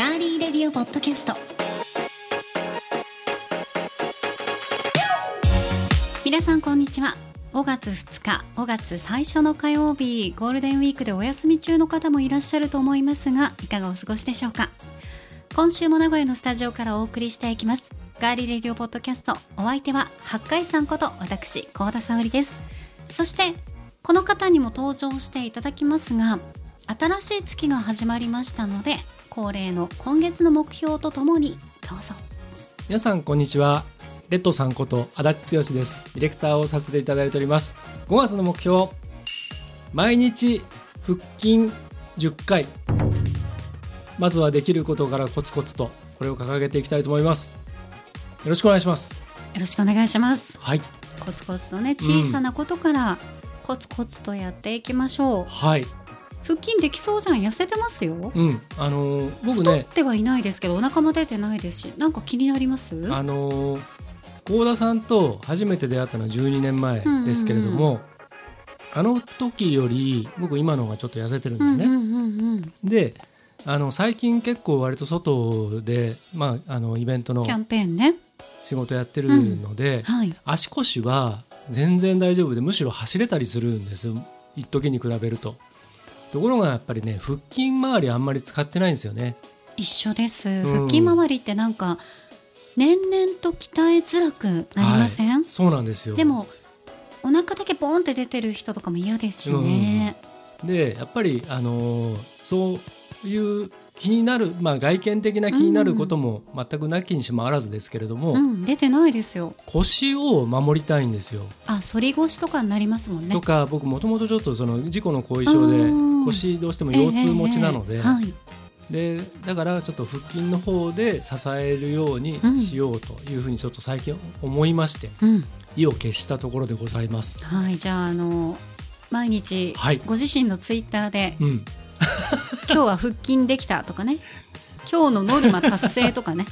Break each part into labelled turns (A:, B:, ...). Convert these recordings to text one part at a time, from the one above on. A: オポッドキャスト皆さんこんにちは5月2日5月最初の火曜日ゴールデンウィークでお休み中の方もいらっしゃると思いますがいかがお過ごしでしょうか今週も名古屋のスタジオからお送りしていきますガーリーレディオポッドキャストお相手は八海さんこと私高田沙織ですそしてこの方にも登場していただきますが新しい月が始まりましたので恒例の今月の目標とともにどうぞ
B: 皆さんこんにちはレッドさんこと足立剛ですディレクターをさせていただいております5月の目標毎日腹筋10回まずはできることからコツコツとこれを掲げていきたいと思いますよろしくお願いします
A: よろしくお願いします
B: はい
A: コツコツとね小さなことからコツコツとやっていきましょう、
B: はい
A: 腹筋できそうじゃん痩せてますよ
B: うんあのー僕
A: 太っ
B: ね
A: てはいないですけどお腹も出てないですしなんか気になります
B: あのー幸田さんと初めて出会ったのは12年前ですけれども、あの時より僕今の方がちょっと痩せてるん
A: う
B: です
A: んうん
B: ね、
A: うんうん
B: であの最近結構割と外で、まあ、あのイベントの
A: キャンペーンね
B: 仕事やってるので、
A: はい
B: 足腰は全然大丈夫でむしろ走れたりするんです一時に比べると。ところがやっぱりね腹筋周りあんまり使ってないんですよね。
A: 一緒です
B: ん
A: 腹筋周りってなんか年々と鍛えづらくなりません、
B: そうなんですよ
A: でもお腹だけボーンって出てる人とかも嫌ですしね、
B: でやっぱり、あのーそういう気になる、まあ、外見的な気になることも全くなきにしもあらずですけれども、
A: うん出てないですよ
B: 腰を守りたいんですよ。
A: あ反り腰とかになりますもんね
B: とか僕もともとちょっとその事故の後遺症で
A: うん
B: 腰どうしても腰痛持ちなの
A: え
B: で
A: え,、はい、
B: でだからちょっと腹筋の方で支えるようにしようというふうにちょっと最近思いまして
A: うん
B: 意を決したところでございます。
A: はい、じゃああの毎日
B: はい
A: ご自身のツイッターで
B: うん、
A: 「今日は腹筋できた」とかね 「今日のノルマ達成」とかね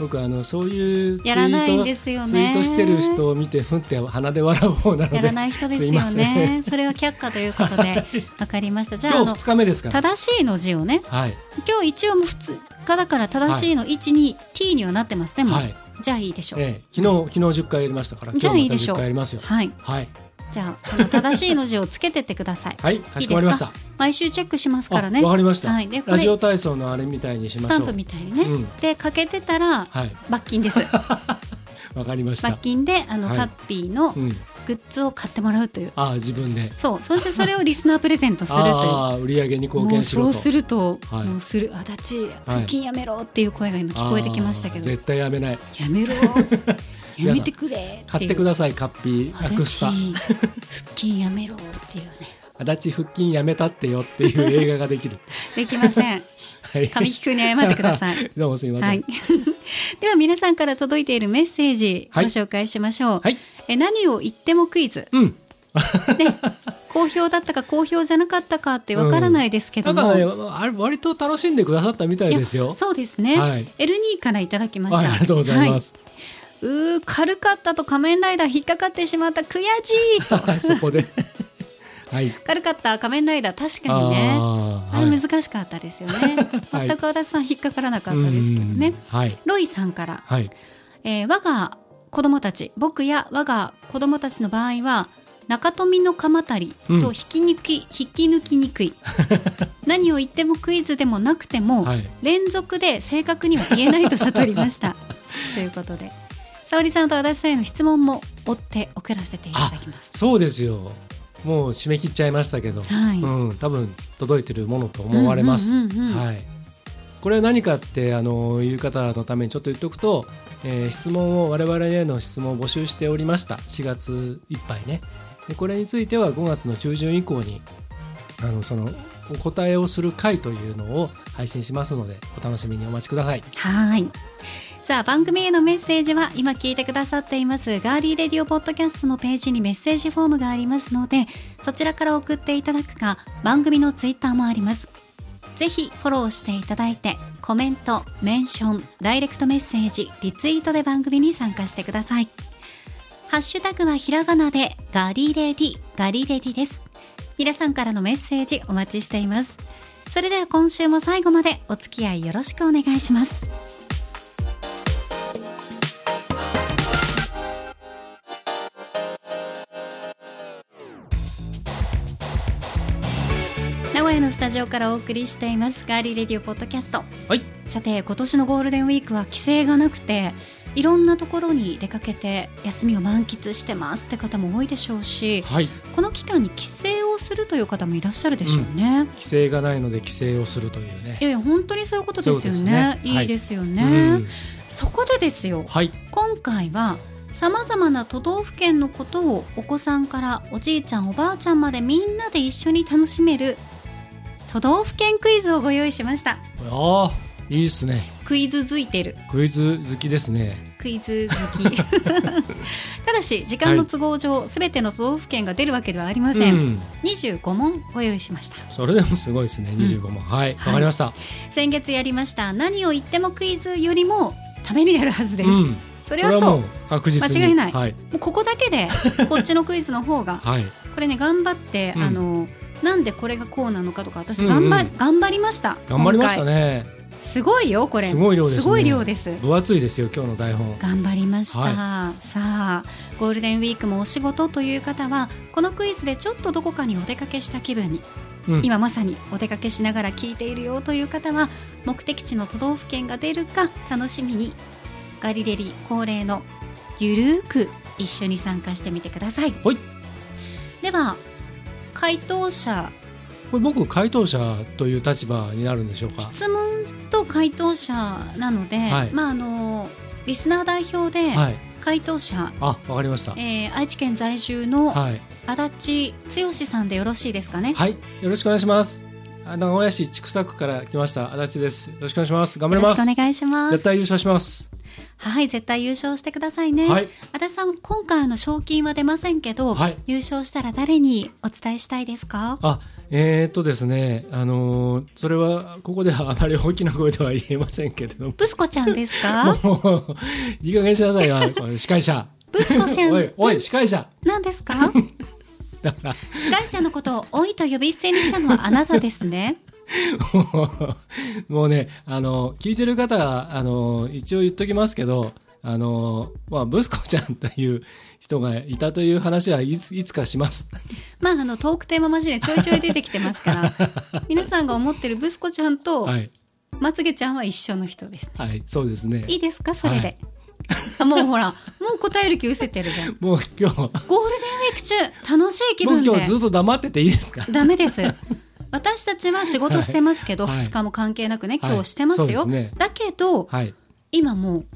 B: 僕あのそういうツイ
A: やらないんで
B: ー
A: すよ
B: ト
A: ね
B: ツイートしてる人を見てふんって鼻で笑う方なの
A: やら
B: で
A: ない人です
B: すい
A: よ
B: ませ
A: ねそれは却下という ことでわかりましたじゃああ
B: 今日
A: の
B: 2日目ですから。
A: 正しいの字をね
B: はい、
A: 今日一応もう2日だから正しいの1に t にはなってますでも、
B: はい
A: じゃあいいでしょう、
B: ええ、昨日昨日10回やりましたから今
A: じ
B: 日
A: ゃあ
B: ま
A: いい
B: た
A: でしょ
B: 10
A: う
B: 回やりますよ。
A: はい
B: はい、
A: じゃあこの正しいの字をつけてってくだ さい
B: はい、かしこまりました。
A: 毎週チェックしますからね
B: あわかりました、
A: はい、でこ
B: ラ
A: れ
B: ジオ体操のあれみたいにし
A: ス
B: ま
A: タ
B: しょ
A: ン
B: う。
A: プみたいにね、
B: うん
A: でかけてたら
B: はい、
A: 罰金 です
B: わかりました
A: 罰。金であの、
B: はい
A: ハッピーの
B: うん、
A: グッズを買ってもらうという
B: ああ自分で。
A: そうそしてそれをリスナープレゼントするという
B: ああ売り上げに貢
A: もう
B: 献しろと。
A: そうすると、
B: はい
A: もうする足立
B: はい
A: 腹筋やめろっていう声が今聞こえてきましたけ
B: ああ
A: ど、
B: 絶対やめない。
A: や めろやめてくれっていう
B: 買ってくださいカッピーアクスタ。
A: 足立腹筋やめろっていうね
B: 足立腹筋やめたってよっていう映画ができる。
A: できま せん
B: はい。
A: 神木君に謝ってください
B: どうも すみませ
A: は
B: ん。はいい。、
A: では皆さんから届いているメッセージご
B: はい
A: 紹介しましょう、え何を言ってもクイズ
B: うん。
A: ね好評だったか好評じゃなかったかってわからないですけ
B: た
A: ども、
B: だねあれ割と楽しんでくださったみたいですよ。
A: そうですね、
B: はい
A: L2 からいただきました、
B: はいありがとうございます。
A: はいうー軽かったと仮面ライダー引っかかってしまった悔しいと
B: そ こで。はい。
A: 軽かった仮面ライダー確かにね
B: あ
A: あれ難しかったですよね。
B: はい
A: 全く足立さん引っかからなか
B: か
A: ったですけどね。。
B: はい。
A: ロイさんから、
B: はい。
A: えー我が子供たち、僕や我が子供たちの場合は、中富の鎌足り
B: うん
A: と引き抜き、引き抜きに くい。何を言ってもクイズでもなくても、
B: はい。
A: 連続で正確には言えないと悟りま した。ということで、沙織さんと足立さんへの質問も追って送らせていただきます。
B: そうですよ。もう締め切っちゃいましたけど、
A: はい。
B: うん、多分届いてるものと思われます。
A: うんうんうんうん
B: はい。これは何かってあのいう方のためにちょっと言っておくと、えー質問を我々への質問を募集しておりました。4月いっぱいね。でこれについては5月の中旬以降にあのそのお答えをする回というのを配信しますのでお楽しみにお待ちください。
A: はい。さあ番組へのメッセージは今聞いてくださっていますガーリーレディオポッドキャストのページにメッセージフォームがありますのでそちらから送っていただくか番組のツイッターもありますぜひフォローしていただいてコメント、メンション、ダイレクトメッセージ、リツイートで番組に参加してくださいハッシュタグはひらがなでガリレディ、ガリレディです皆さんからのメッセージお待ちしていますそれでは今週も最後までお付き合いよろしくお願いします名古屋のスタジオからお送りしていますガーリーレディオポッドキャスト
B: はい
A: さて今年のゴールデンウィークは規制がなくていろんなところに出かけて休みを満喫してますって方も多いでしょうし
B: はい
A: この期間に帰省をするという方もいらっしゃるでしょうね、い
B: 規制がないので規制をするというね
A: やいや本当にそういうことですよね
B: そうですねはい
A: いいですよね、
B: うん
A: そこでですよ
B: はい
A: 今回はさまざまな都道府県のことをお子さんからおじいちゃんおばあちゃんまでみんなで一緒に楽しめる都道府県クイズをご用意しました
B: ああいいですね
A: クイズづいてる
B: クイズ好きですね
A: クイズ 好きただし時間の都合上すべ、ての都道府県が出るわけではありま
B: う
A: せん、
B: ん
A: 25問ご用意しました
B: それでもすごいですね25問、はいわかりました、
A: 先月やりました何を言ってもクイズよりもためになるはずです、
B: うん
A: そ
B: こ
A: れはそう
B: も
A: も
B: う確実に
A: 間違いない
B: はいう
A: ここだけ でこっちのクイズの方が
B: はい
A: これね頑張って、
B: うん
A: あのなんでこれがこうなのかとか私
B: うんう
A: 頑張,、
B: ん
A: 頑張りました
B: 頑張りました
A: 今
B: ね
A: 回すごいよこれ
B: すごい量ですね
A: 量です
B: 分厚いですよ今日の台本
A: 頑張りました、
B: は
A: さあゴールデンウィークもお仕事という方はこのクイズでちょっとどこかにお出かけした気分に、
B: うん
A: 今まさにお出かけしながら聞いているよという方は目的地の都道府県が出るか楽しみにガリレリ恒例のゆるーく一緒に参加してみてください、
B: はい
A: では回答者
B: これ僕回答者という立場になるんでしょうか
A: 質問と回答者なので、
B: はい
A: まああのリスナー代表で
B: はい
A: 回答者、
B: あわかりました
A: えー、愛知県在住の
B: はい
A: 足立剛さんでよろしいですかね。
B: はいよろしくお願いしますあ名古屋市千種区から来ました足立ですよろしくお願いします頑張
A: よ
B: り
A: ろ
B: ま
A: し
B: す
A: くお願いしま
B: 絶
A: す。
B: 対優勝します
A: はい、絶対優勝してくださいね。
B: はい
A: 足立さん、今回の賞金は出ませんけど、
B: はい
A: 優勝したら誰にお伝えしたいですか。
B: あえー、っとですねあのーそれはここではあまり大きな声では言えませんけれども。
A: ブスコちゃんですか
B: もういい加減にしな さいよこれ司会者
A: ブスコちゃん
B: おいおい司会者
A: なんですか。
B: だから
A: 司会者のことをおいと呼び捨てにしたのはあなたですね。
B: もうもうねあの聞いてる方はあの一応言っときますけどあの、まあ、ブスコちゃんという人がいたという話はいついつかします。
A: まあ、あのトークテーママジでちょいちょい出てきてますから。皆さんが思ってるブスコちゃんと
B: はい、
A: まつげちゃんは一緒の人です。
B: はい、そうですね
A: いいですかそれ
B: は
A: で
B: い、
A: あ もうほらもう答える気失せてるじゃん
B: もう今日
A: ゴールデンウィーク中楽しい気
B: もう
A: 分で
B: 今日ずっと黙ってていいですか
A: ダメです私たちは仕事してますけど、
B: はいはい
A: 2日も関係なくね
B: はい
A: 今日してますよ、
B: そうですね
A: だけど、
B: はい
A: 今もう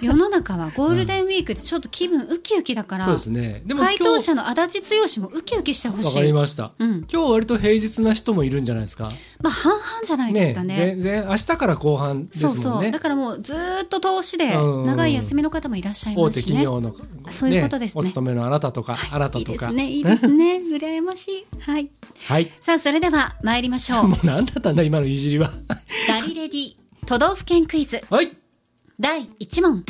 A: 世の中はゴールデンウィークでちょっと気分ウキウキだから、
B: そうですねでも今
A: 回
B: 日
A: 答者の足立剛もウキウキしてほ
B: わ
A: し
B: かり
A: い、
B: ました
A: うん、
B: 今日割と平日な人もいるんじゃないですか
A: まあ半々じゃないですかね
B: 全然明日から後半です
A: そう
B: も
A: そ
B: ん
A: う、
B: ね
A: だからもうずーっと投資で
B: うん
A: 長い休みの方もいらっしゃい
B: 大
A: ま
B: 手
A: すしね
B: 企業の、
A: そういうことですね
B: お勤めのあなたとか、あなた
A: いい
B: と
A: で
B: か
A: すねいいですね羨ましいはい
B: はい
A: さあそれでは参りましょう
B: もう何だったんだ今のいじりは
A: ガリレディ都道府県クイズ
B: はい
A: 第1問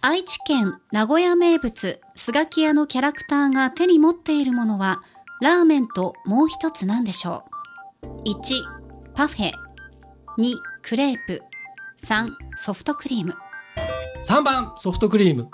A: 愛知県名古屋名物スガキ屋のキャラクターが手に持っているものはラーメンともう一つ何でしょう1パフェ2クレープ3ソフトクリーム
B: 3番ソフトクリーム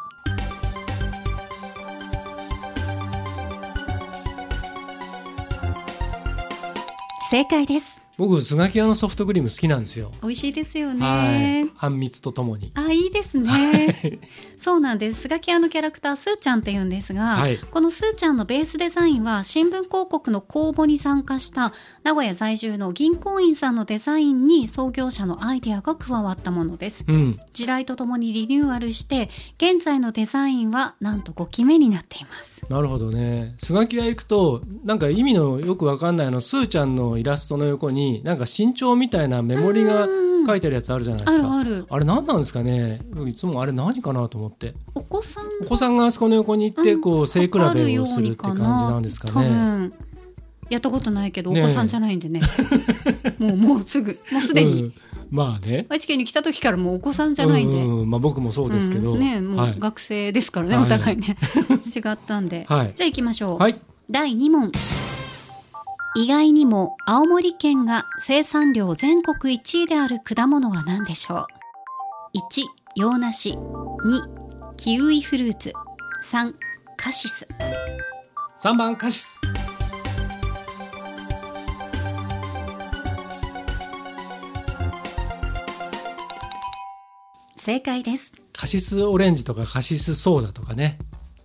A: 正解です
B: 僕スガキ屋のソフトクリーム好きなんですよ、
A: 美味しいですよ
B: は
A: ね
B: いあんみつとともに
A: あいいですねそうなんですスガキ屋のキャラクターすーちゃんって言うんですが、
B: はい
A: このすーちゃんのベースデザインは新聞広告の公募に参加した名古屋在住の銀行員さんのデザインに創業者のアイデアが加わったものです
B: うん
A: 時代とともにリニューアルして現在のデザインはなんと5期目になっています
B: なるほどねスガキ屋行くとなんか意味のよくわかんないあのスーちゃんのイラストの横になんか身長みたいなメモリが
A: うん
B: 書いてあるやつあるじゃないで
A: あ
B: す
A: る
B: か
A: ある
B: あれ何なんですかね僕いつもあれ何かなと思って
A: お子さん
B: お子さんがあそこの横に行って
A: うん
B: こう背比べ
A: わかるよ
B: を
A: う
B: するっ
A: に
B: て感じなんですかね、
A: 多分やったことないけどお
B: ねえ
A: 子さんじゃないん でねもうもうすぐもうすでに、
B: うんまあね
A: 愛知県に来た時からもうお子さんじゃないんで、
B: うんうんまあ、僕もそうですけど、
A: うんねも
B: は
A: う
B: い、
A: 学生ですからね、
B: はい
A: お 互いね違ったんで、
B: はい
A: じゃあ行きましょう、
B: はい、
A: 第2問、意外にも青森県が生産量全国1位である果物は何でしょう ?1、洋梨。2、キウイフルーツ。3、カシス。
B: 3番カシス
A: 正解です。
B: カシスオレンジとかカシスソーダとかね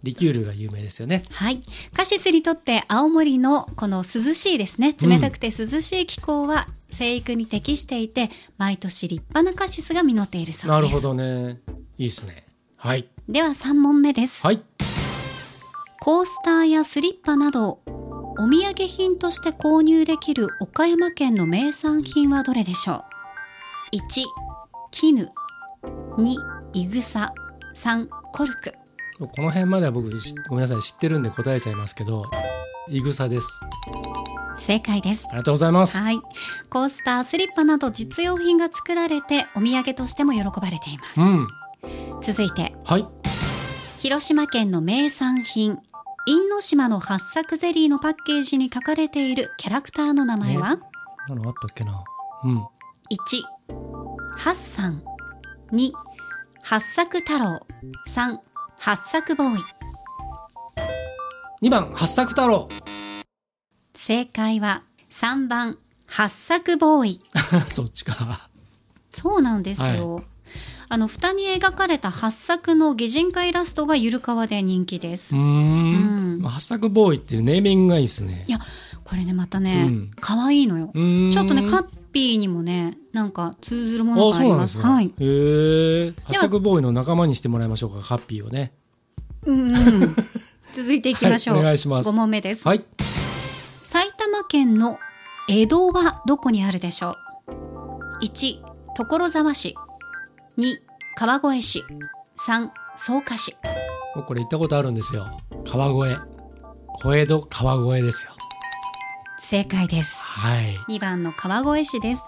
B: リキュールが有名ですよね
A: はい。カシスにとって青森のこの涼しいですね。冷たくて涼しい気候は生育に適していて、毎年立派なカシスが実っているそうです。
B: なるほどねいいですねはい
A: では3問目です。
B: はい
A: コースターやスリッパなどお土産品として購入できる岡山県の名産品はどれでしょう ?1 絹2いぐさ3コルク
B: この辺までは僕しごめんなさい知ってるんで答えちゃいますけどいぐさです
A: 正解です
B: ありがとうございます、
A: はいコースタースリッパなど実用品が作られてお土産としても喜ばれています、
B: うん
A: 続いて
B: はい
A: 広島県の名産品因島の八作ゼリーのパッケージに書かれているキャラクターの名前は、
B: なのあったっけなうん
A: 一、八三、二、八作太郎、三、八作ボーイ。
B: 2番八作太郎
A: 正解は三番八作ボーイ。
B: そっちか
A: そうなんですよ。あの蓋に描かれた八作の擬人化イラストがゆるかわで人気です。
B: うーん
A: うん
B: まあハッシュタグボーイっていうネーミングがいいですね
A: い。や、これねまたね
B: うん、
A: 可愛、いのよ。
B: うーん
A: ちょっとねカッピーにもね、なんか通ずるものが
B: あ
A: あ
B: そう
A: り
B: なんで
A: ますす。
B: ね。
A: はい。
B: へえ。ハッシュタグボーイの仲間にしてもらいましょうか、ハッピーをね。
A: うん うん。続いていきましょう。
B: はいお願いします
A: 5問目です。
B: はい。
A: 埼玉県の江戸はどこにあるでしょう1所沢市2川越市3草加市
B: もうこれ行ったことあるんですよ。川越。小江戸川越ですよ。
A: 正解です
B: はい。
A: 2番の川越市です、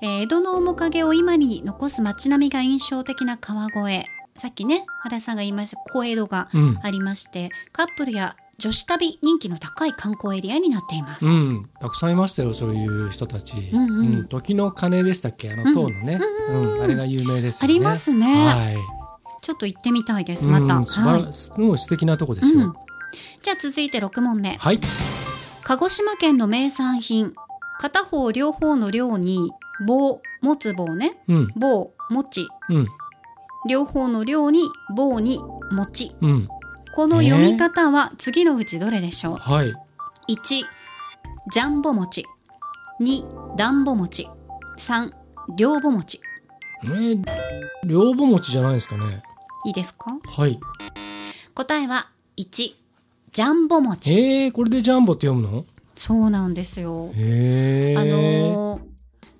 A: えー江戸の面影を今に残す街並みが印象的な川越さっきね原田さんが言いました小江戸が
B: うん。
A: ありましてカップルや女子旅人気の高い観光エリアになっています、
B: うん、たくさんいましたよそういう人たち、
A: うんうん
B: 時の鐘でしたっけあ
A: う
B: の
A: ん
B: 塔のね、うんあれが有名ですよね
A: ありますね
B: はい
A: ちょっと行ってみたいですまた、
B: うん、素晴ら
A: はい
B: すごい素敵なとこですよ、
A: うんじゃあ続いて6問目
B: はい
A: 鹿児島県の名産品片方両方の両に棒持つ棒ね
B: うん
A: 棒持ち
B: うん
A: 両方の両に棒に持ち
B: うん
A: この読み方は次のうちどれでしょう、
B: はい
A: 1ジャンボ餅2ダンボ餅3両棒餅
B: えー、両母餅じゃないですかね
A: いいですか
B: はい
A: 答えは1ジャンボ餅
B: えー、これでジャンボって読むの
A: そうなんですよ、
B: へえー、
A: あのー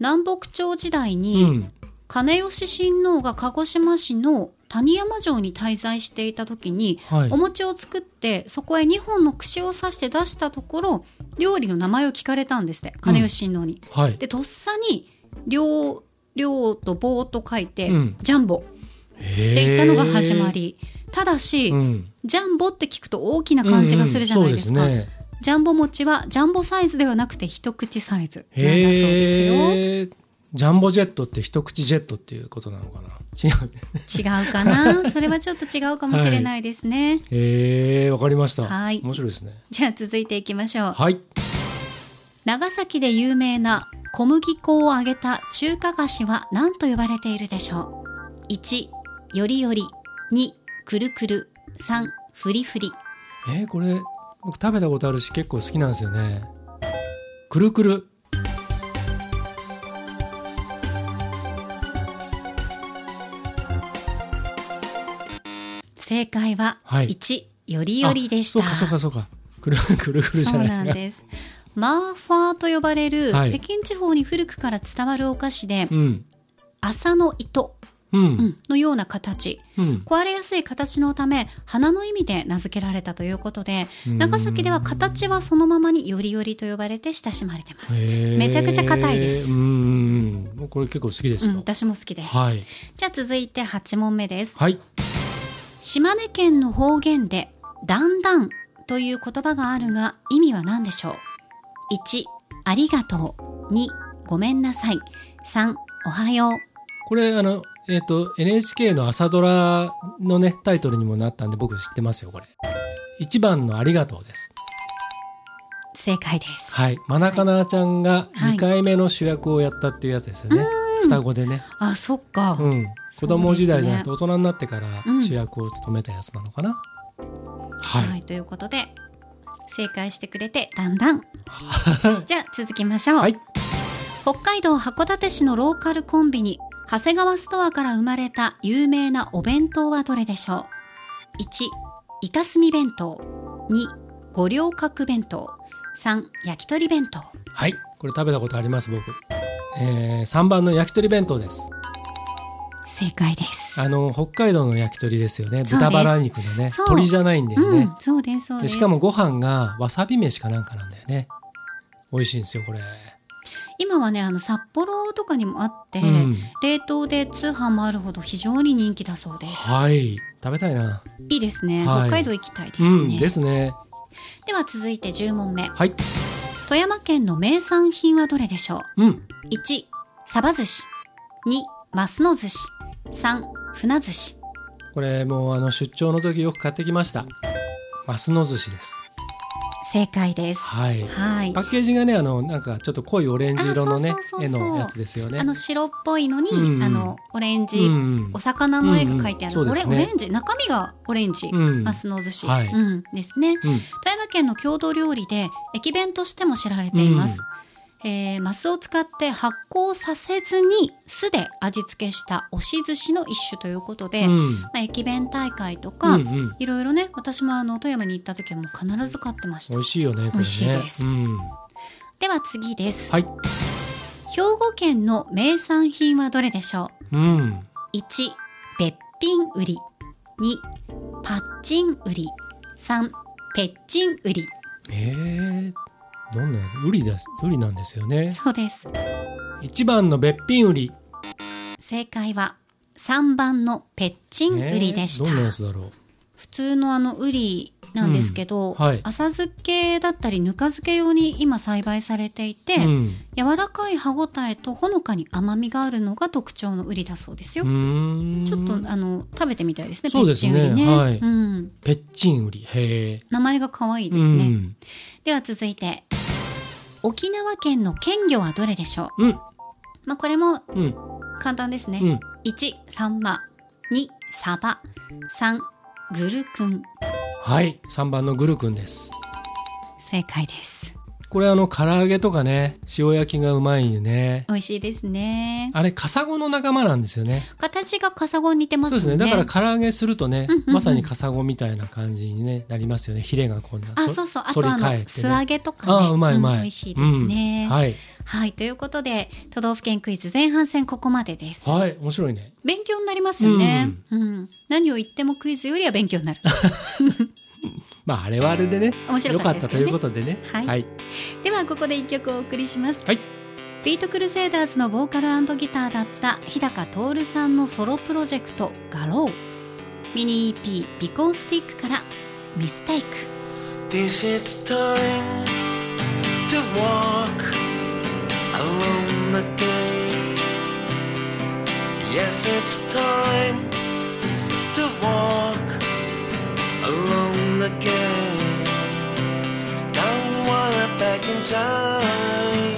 A: 南北朝時代に、
B: うん
A: 金吉親王が鹿児島市の谷山城に滞在していた時に
B: はい
A: お餅を作ってそこへ2本の串を刺して出したところ料理の名前を聞かれたんですって金吉親王に。
B: はい
A: でとっさに両両と棒と書いて、
B: うん
A: ジャンボっ
B: へー
A: て言ったのが始まり、ただし、
B: うん
A: ジャンボって聞くと大きな感じがするじゃないですか、
B: うんうんそうですね
A: ジャンボ餅はジャンボサイズではなくて一口サイズなんだそうで
B: へえジャンボジェットって一口ジェットっていうことなのかな違う
A: すよ違うか なそれはちょっと違うかもしれないですね、
B: へえわかりました
A: はい
B: 面白いですね
A: じゃあ続いていきましょう。
B: はい
A: 長崎で有名な小麦粉を揚げた中華菓子は何と呼ばれているでしょう ?1、よりより。2、くるくる。3、ふりふり。
B: えー、これ僕食べたことあるし結構好きなんですよねくるくる
A: 正解は
B: はい
A: 1、よりよりでした。
B: あそうかそうかそうかくるくるくるじゃ
A: そう
B: ない
A: なんです。マーファーと呼ばれる、
B: はい
A: 北京地方に古くから伝わるお菓子で、
B: うん
A: 麻の糸
B: う
A: うんんのような形。
B: うん
A: 壊れやすい形のため花の意味で名付けられたということで
B: うん
A: 長崎では形はそのままによりよりと呼ばれて親しまれてます、め
B: め
A: ちゃくちゃ硬いです
B: うんうんうんこれ結構好きです
A: うん、
B: よ、
A: 私も好きです
B: はい
A: じゃあ続いて8問目です
B: はい
A: 島根県の方言で「だんだん」という言葉があるが意味は何でしょう1ありがとう2ごめんなさい3おはよう
B: これあのえっ、と NHK の朝ドラのねタイトルにもなったんで僕知ってますよこれ1番の「ありがとう」です
A: 正解です、
B: はいマナカナちゃんが
A: はい
B: 2回目の主役をやったっていうやつですよね、双子でね、
A: あそっか、
B: うん、子供時代じゃなくて
A: そ
B: 大人になってから
A: うん
B: 主役を務めたやつなのかな、は
A: はい、ということで正解してくれてだんだ んじゃあ続きましょう、
B: はい
A: 北海道函館市のローカルコンビニ長谷川ストアから生まれた有名なお弁当はどれでしょう1イカスミ弁当2五稜郭弁当3焼き鳥弁当
B: はい、これ食べたことあります僕、えー、3番の焼き鳥弁当です
A: 正解です
B: あの北海道の焼き鳥ですよね
A: す
B: 豚バラ肉のね
A: そう
B: 鳥じゃないんだよ
A: う
B: ね
A: ん、そうですそう
B: で
A: です
B: しかもご飯がわさび飯かなんかなんだよね美味しいんですよこれ、
A: 今はねあの札幌とかにもあって、
B: うん
A: 冷凍で通販もあるほど非常に人気だそうです
B: はい食べたいな、
A: いいですね、
B: はい
A: 北海道行きたいです
B: う
A: ね、
B: んですね
A: では続いて10問目
B: はい
A: 富山県の名産品はどれでしょう
B: うん
A: 1サバ寿司2マスの寿司3船寿司
B: これもうあの出張の時よく買ってきましたマスの寿司です
A: 正解ですは
B: はい
A: い
B: パッケージがねあのなんかちょっと濃いオレンジ色のね
A: あそうそうそうそう
B: 絵のやつですよね
A: あの白っぽいのに、
B: うん
A: あのオレンジ、
B: うん
A: お魚の絵が描いてある、
B: うんうん
A: これ
B: そうですね
A: オレンジ中身がオレンジ、
B: うん
A: マスの寿司、
B: はい
A: うん、ですね
B: うん
A: 富山県の郷土料理で駅弁としても知られています、えーマスを使って発酵させずに酢で味付けした押し寿司の一種ということで、
B: う
A: ま
B: ん
A: あ、駅弁大会とか、
B: うんうん
A: いろいろね私もあの富山に行った時はもう必ず買ってまし
B: 美
A: た
B: 味しいよねこれね
A: 美味しいです
B: うん、
A: では次です
B: はい
A: 兵庫県の名産品はどれでしょ
B: うん
A: う1べっぴん売り2パッチン売り3ペッチン売り
B: えー、どんなやつウリですウリなんですよね
A: そうです
B: 一番のべっぴんウリ
A: 正解は3番のペッチンウリでした、
B: えーどんなやつだろ
A: 普通のあのウリなんですけど、
B: うんはい
A: 浅漬けだったりぬか漬け用に今栽培されていて、
B: う、うん、
A: 柔らかい歯ごたえとほのかに甘みがあるのが特徴のウリだそうですよ、
B: うーん
A: ちょっとあの食べてみたいですね
B: そうですね
A: ペッチンウリね、
B: はい
A: うん、
B: ペッチンウリへえ
A: 名前が可愛いですね、では続いて沖縄県の県魚はどれでしょう、
B: うん
A: まあ、これも
B: うんうん
A: 簡単ですね、
B: うん
A: 1サンマ2サバ3グルクン
B: はい三番のグルクンです
A: 正解です
B: これあの唐揚げとかね塩焼きがうまいよね
A: 美味しいですね
B: あれカサゴの仲間なんですよね
A: 形がカサゴに似てます
B: そう
A: よ
B: で
A: ね
B: すねだから唐揚げするとね、
A: うんうんうん
B: まさにカサゴみたいな感じに、ね、なりますよねヒレがこんな
A: あそうそうあ
B: 反
A: と
B: り
A: あの、
B: 返って
A: 素
B: ね
A: 揚げとかね
B: ああうまいうまい、
A: ん美味しいですね、
B: うん
A: はい、
B: はい
A: ということで都道府県クイズ前半戦ここまでです
B: はい面白いね
A: 勉強になりますよね、うん何を言ってもクイズよりは勉強になる
B: まああれはあれでね
A: 面白
B: 良
A: か
B: か
A: っ
B: ったた,、
A: ですよ
B: と
A: ね
B: いうことでね
A: はいではここで一曲お送りします、
B: はい
A: ビートクルセイダーズのボーカルギターだった日高徹さんのソロプロジェクト「ガロー」ミニ EP「ビコンスティック」から「ミステイク
C: This is time to walk alone again. Yes, it's time to walk alone again. Don't wanna back in time.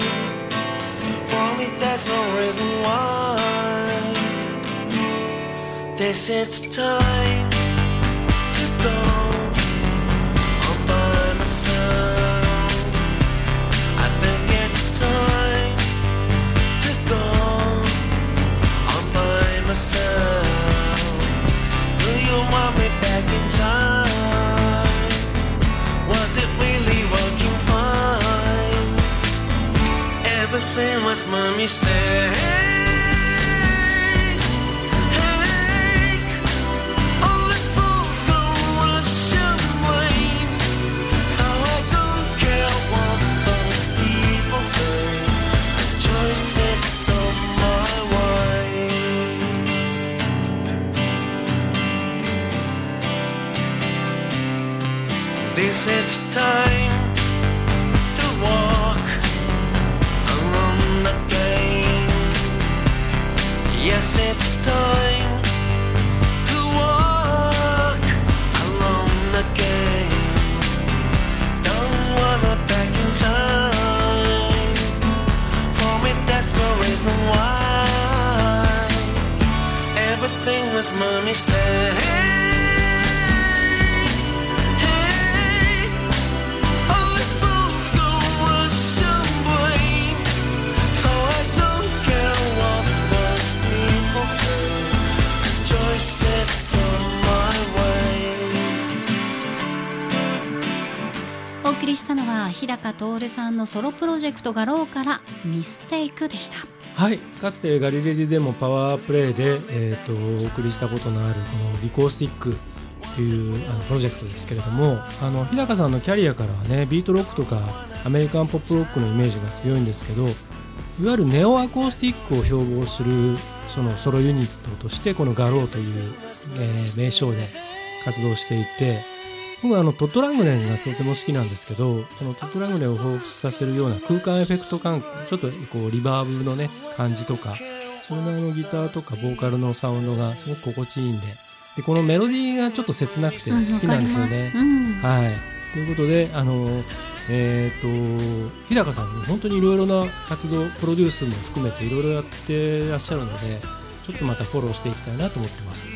C: For me, there's no reason why. This is time to go all by myself. I think it's time to go all by myself. Do you want me back in time? Was it really working fine? Everything was my mistake. Headache. All the fools gonna rush away. So I don't care what those people say. The choice sits on my way. This is time to walk guess it's time to walk alone again. Don't wanna back in time. For me, that's the reason why everything was money stand. Hey, hey, only fools go rush away. So I don't care what those people say. The choice is on my way.
A: お送りしたのは日高徹さんのソロプロジェクト「画廊」から「ミステイク」でした
B: はい、かつてガリレディでもパワープレイで、えー、とお送りしたことのあるこのリコースティックというあのプロジェクトですけれどもあの日高さんのキャリアからはねビートロックとかアメリカンポップロックのイメージが強いんですけどいわゆるネオアコースティックを標榜するそのソロユニットとしてこのガローという、えー名称で活動していて僕はあのトットラングレンがとても好きなんですけどそのトットラングレンを彷彿させるような空間エフェクト感ちょっとこうリバーブのね感じとかそれなりのギターとかボーカルのサウンドがすごく心地いいんででこのメロディーがちょっと切なくて
A: うん
B: 好きなんですよ
A: わかり
B: ね
A: ます。うん
B: はい、ということであのえー、と日高さんね本当にいろいろな活動プロデュースも含めていろいろやってらっしゃるのでちょっとまたフォローしていきたいなと思ってます。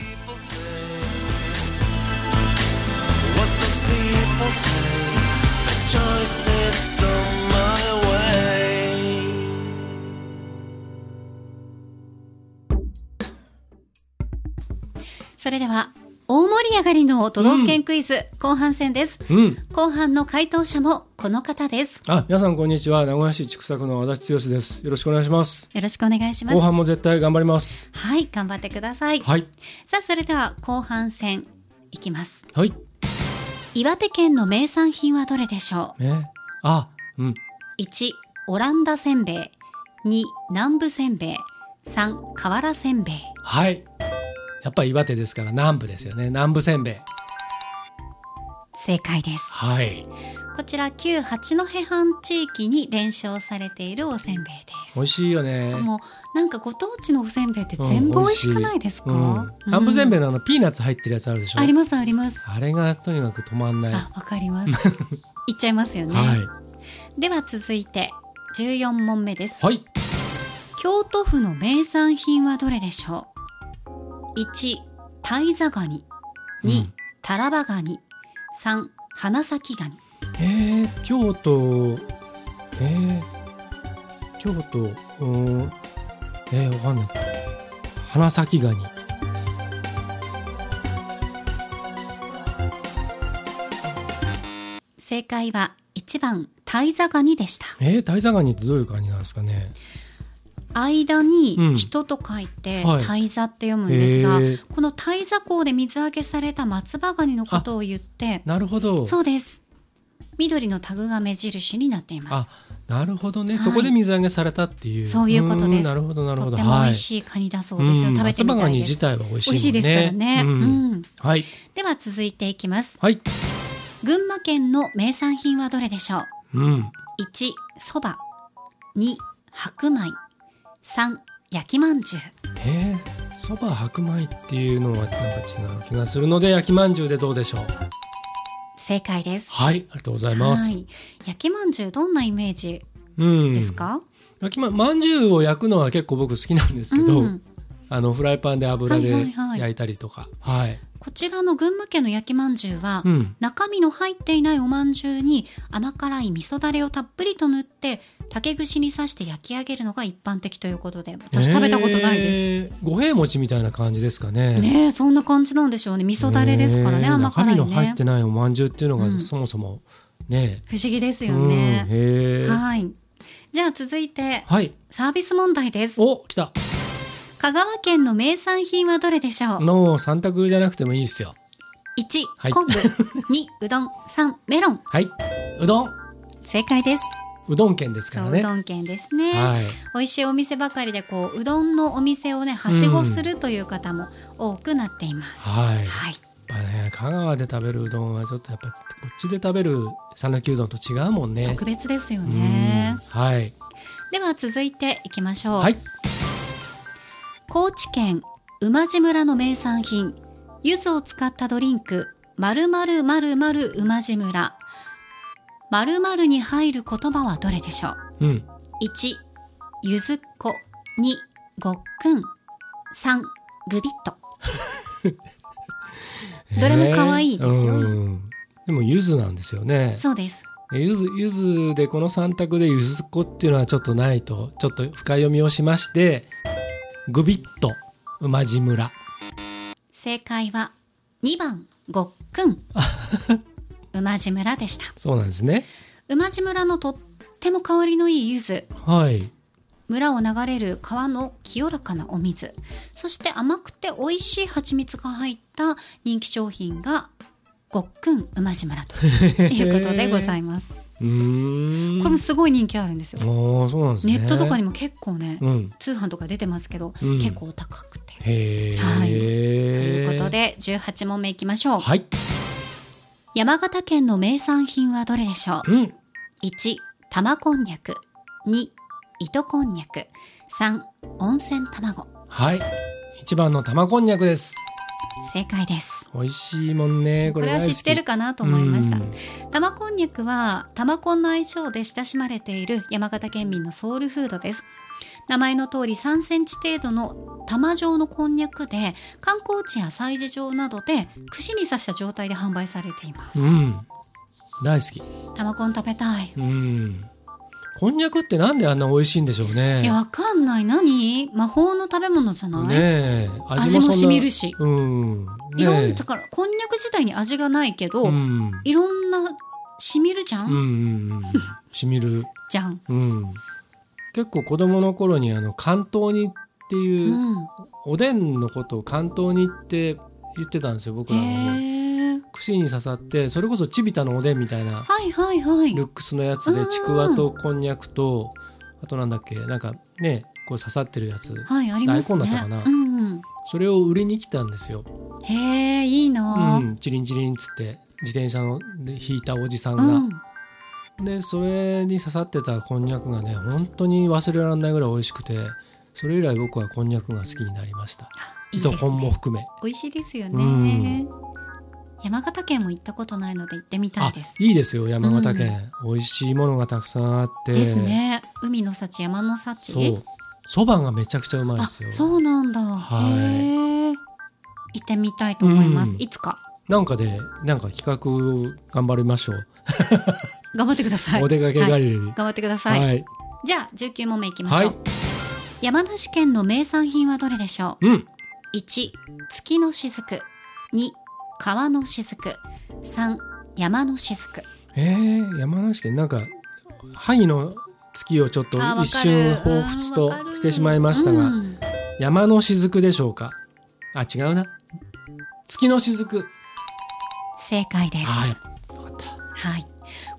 C: What those people say, the choice is on my way.
A: それでは大盛り上がりの都道府県クイズ、後半戦です
B: うん
A: 後半の回答者もこの方です
B: あ、皆さんこんにちは。名古屋市千種区の足立剛です。よろしくお願いします。
A: よろしくお願いします
B: 後半も絶対頑張ります。
A: はい頑張ってください、
B: はい。
A: さあそれでは後半戦いきます
B: はい。
A: 岩手県の名産品はどれでしょ
B: ね。あ、うん。
A: う1オランダせんべい2南部せんべい3瓦せんべい
B: はい。やっぱり岩手ですから南部ですよね。南部せんべい。
A: 正解です
B: はい。
A: こちら旧八戸藩地域に伝承されているおせんべいです
B: 美味しいよね。
A: もうなんかご当地のおせんべいって全部美味しくないですか、
B: うん。南部せんべい
A: い
B: のあのピーナッツ入ってるやつあるでしょ。
A: ありますあります
B: あれがとにかく止まんない。
A: あわかります いっちゃいますよね、
B: はい。
A: では続いて14問目です
B: はい。
A: 京都府の名産品はどれでしょう1イザガニ
B: う
A: 2
B: ん
A: タラバガニ3花咲ガニ
B: えー、京都、えー、京都、うーん、えー、わかんない。花咲ガニ。
A: 正解は1番イザガニでした
B: えー、大座ガニってどういうガニなんですかね。
A: 間
B: う
A: に
B: ん
A: 人と書いて
B: はい
A: イザって読むんですが、
B: へー
A: このイザ港で水揚げされた松葉ガニのことを言って
B: なるほど。
A: そうです緑のタグが目印になっています
B: あ、なるほどね、
A: はい
B: そこで水揚げされたっていう。
A: そういうことです
B: ーんなるほど、なる
A: と
B: ほ
A: っ
B: ど。
A: ても美味
B: い。
A: しいカニだそうですよ、
B: うん
A: 食べてみ
B: 松葉
A: た
B: ガ
A: い
B: ニ
A: で
B: 自
A: す
B: 体は美味しい
A: 美
B: もんね。
A: 味しいですからね、
B: うん
A: うん、
B: はい。
A: では続いていきます
B: はい。
A: 群馬県の名産品はどれでしょう
B: うん。
A: 1そば2白米3焼きまんじゅう
B: えー、そば白米っていうのはなんか違う気がするので、焼きまんじゅうでどうでしょう。
A: 正解です
B: はい、ありがとうございます。
A: はい焼きまんじゅうどんなイメージ
B: うん。
A: ですか、
B: 焼きままんじゅうを焼くのは結構僕好きなんですけど、
A: うん
B: あのフライパンで油で
A: はいはいはい
B: 焼いたりとかはい
A: こちらの群馬県の焼きまんじゅうは、
B: うん
A: 中身の入っていないおまんじゅうに甘辛い味噌だれをたっぷりと塗って竹串に刺して焼き上げるのが一般的ということで私食べたことないです、
B: す、えー五平餅みたいな感じですかね
A: ねえそんな感じなんでしょうね味噌だれですからね、
B: えー
A: 甘辛い
B: 中身の入
A: ね
B: ってないおまんじゅうっていうの
A: う
B: が
A: ん
B: そもそもね
A: 不思議です
B: え、
A: よ
B: うん
A: ね、
B: へえ
A: はいじゃあ続いて
B: はい
A: サービス問題です
B: お来た
A: 香川県の名産品はどれでしょう
B: の三択じゃなくてもいいですよ
A: 1、
B: はい
A: 昆布2うどん3メロン
B: はいうどん
A: 正解です
B: うどん県ですか
A: そ
B: ら
A: うう
B: ね
A: どん県ですね、
B: はい
A: 美味しいお店ばかりでこううどんのお店をねはしごするという方も多くなっています、
B: はい
A: はい
B: やっぱね香川で食べるうどんはちょっとやっぱこっちで食べる讃岐うどんと違うもんね
A: 特別ですよね
B: うんはい
A: では続いていきましょう、
B: はい
A: 高知県馬路村の名産品柚子を使ったドリンク〇〇〇〇馬路村〇〇に入る言葉はどれでしょう
B: うん。
A: 1ゆずっこ2ごっくん3グビッとどれも可愛いですよ
B: うんでも柚子なんですよね。
A: そうです
B: え柚子柚子でこの三択で柚子っ子っていうのはちょっとないとちょっと深読みをしましてグビッと馬路村
A: 正解は2番ごっくん馬路村でした
B: そうなんですね
A: 馬路村のとっても香りのいい柚子
B: はい
A: 村を流れる川の清らかなお水そして甘くて美味しい蜂蜜が入った人気商品がごっくん馬路村ということでございます
B: うーん
A: これもすごい人気あるんですよ
B: ああそうなんです
A: ネ
B: ね
A: ットとかに
B: も
A: も結構ね、
B: うん
A: 通販とか出てますけど、
B: うん
A: 結構高くて。
B: へえ、
A: はいということで18問目いきましょう、
B: はい
A: 山形県の名産品はどれでしょう
B: うん
A: 1玉こんにゃく2糸こんにゃく3温泉卵
B: はい一番の玉こんにゃくです
A: 正解です
B: 美味しいもんね
A: こ
B: こ
A: れ
B: れ
A: は
B: 大好
A: 知
B: き
A: ってるかなと思いました
B: うん
A: 玉こんにゃくは玉こんの愛称で親しまれている山形県民のソウルフードです名前の通り3センチ程度の玉状のこんにゃくで観光地や催事場などで串に刺した状態で販売されています
B: うん大好き
A: 玉こん食べたい
B: うんこんにゃくってなんであんな美味しいんでしょうね
A: いやわかんない何魔法の食べ物じゃない、
B: ねえ
A: 味も
B: そんな
A: 染みるし
B: うん、
A: いろん
B: ね
A: だからこんにゃく自体に味がないけど、
B: うん、
A: いろんな染みるじゃん、
B: うんうんうん、しみる、
A: じゃん、
B: うん、結構子供の頃にあの関東にって
A: う
B: いう、
A: ん、
B: おでんのことを関東にって言ってたんですよ僕らも
A: へえ
B: 串に刺さってそれこそちびたのおでんみたいな
A: はいはいはい
B: ルックスのやつ
A: う
B: で
A: ん
B: ちくわとこんにゃくとあとなんだっけなんかねこう刺さってるやつ
A: はいありますね
B: 大根だったかな
A: うんうん、
B: それを売りに来たんですよ
A: へえいいなあ、
B: うん、チリンチリンっつって自転車ので引いたおじさん
A: うん
B: が、でそれに刺さってたこんにゃくがね本当に忘れられないぐらい美味しくてそれ以来僕はこんにゃくが好きになりました
A: いい
B: 糸
A: で
B: こ
A: す
B: んも
A: ね
B: 含め
A: 美味しいですよ
B: う
A: ね
B: ん
A: 山形県も行ったことないので行ってみたい
B: あ
A: です
B: いいですよ山形県、美味しいものがたくさんあって
A: ですね海の幸山の幸
B: そうそばがめちゃくちゃうまいで
A: あ
B: すよ
A: そうなんだ、
B: はい
A: へえ行ってみたいと思います、
B: うん
A: いつか
B: なんかでなんか企画を頑張りましょう、
A: 頑張ってください
B: お出かけ
A: は
B: ガ
A: い
B: リレに
A: 頑張ってください、
B: はい、
A: じゃあ19問目いきまし
B: は
A: ょう、
B: い
A: 山梨県の名産品はどれでしょう
B: うん
A: 1月のしずく2川のしずく3山のしずく
B: えー、山梨県なんか萩の月をちょっと
A: あー
B: 一瞬
A: わかる
B: 彷彿
A: うんわか
B: と
A: る
B: してしまいましたが、
A: うん
B: 山の雫でしょうかあ違うな月の雫
A: 正解です、
B: は
A: はいい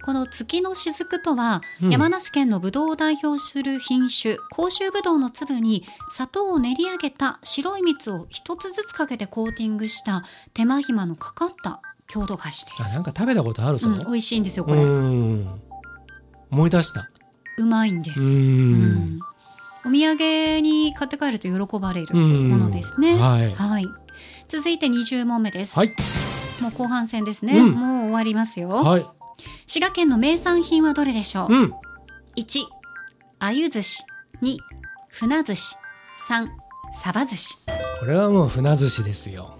A: この月の雫とは、
B: うん
A: 山梨県のブドウを代表する品種甲州ブドウの粒に砂糖を練り上げた白い蜜を一つずつかけてコーティングした手間暇のかかった郷土菓子で
B: あなんか食べたことある
A: す、
B: ぞ、
A: うん、美味しいんですよ
B: う
A: これ、うん
B: 思い出した
A: まいんです、
B: う
A: うん
B: ん、
A: お土産に買って帰ると喜ばれる
B: うん
A: ものですね。
B: はい
A: はい。続いて20問目です。
B: はい
A: もう後半戦ですね。
B: うん
A: もう終わりますよ、
B: はい
A: 滋賀県の名産品はどれでしょう、
B: うん
A: 1あゆ寿司2船寿司3サバ寿司
B: これはもう船寿司ですよ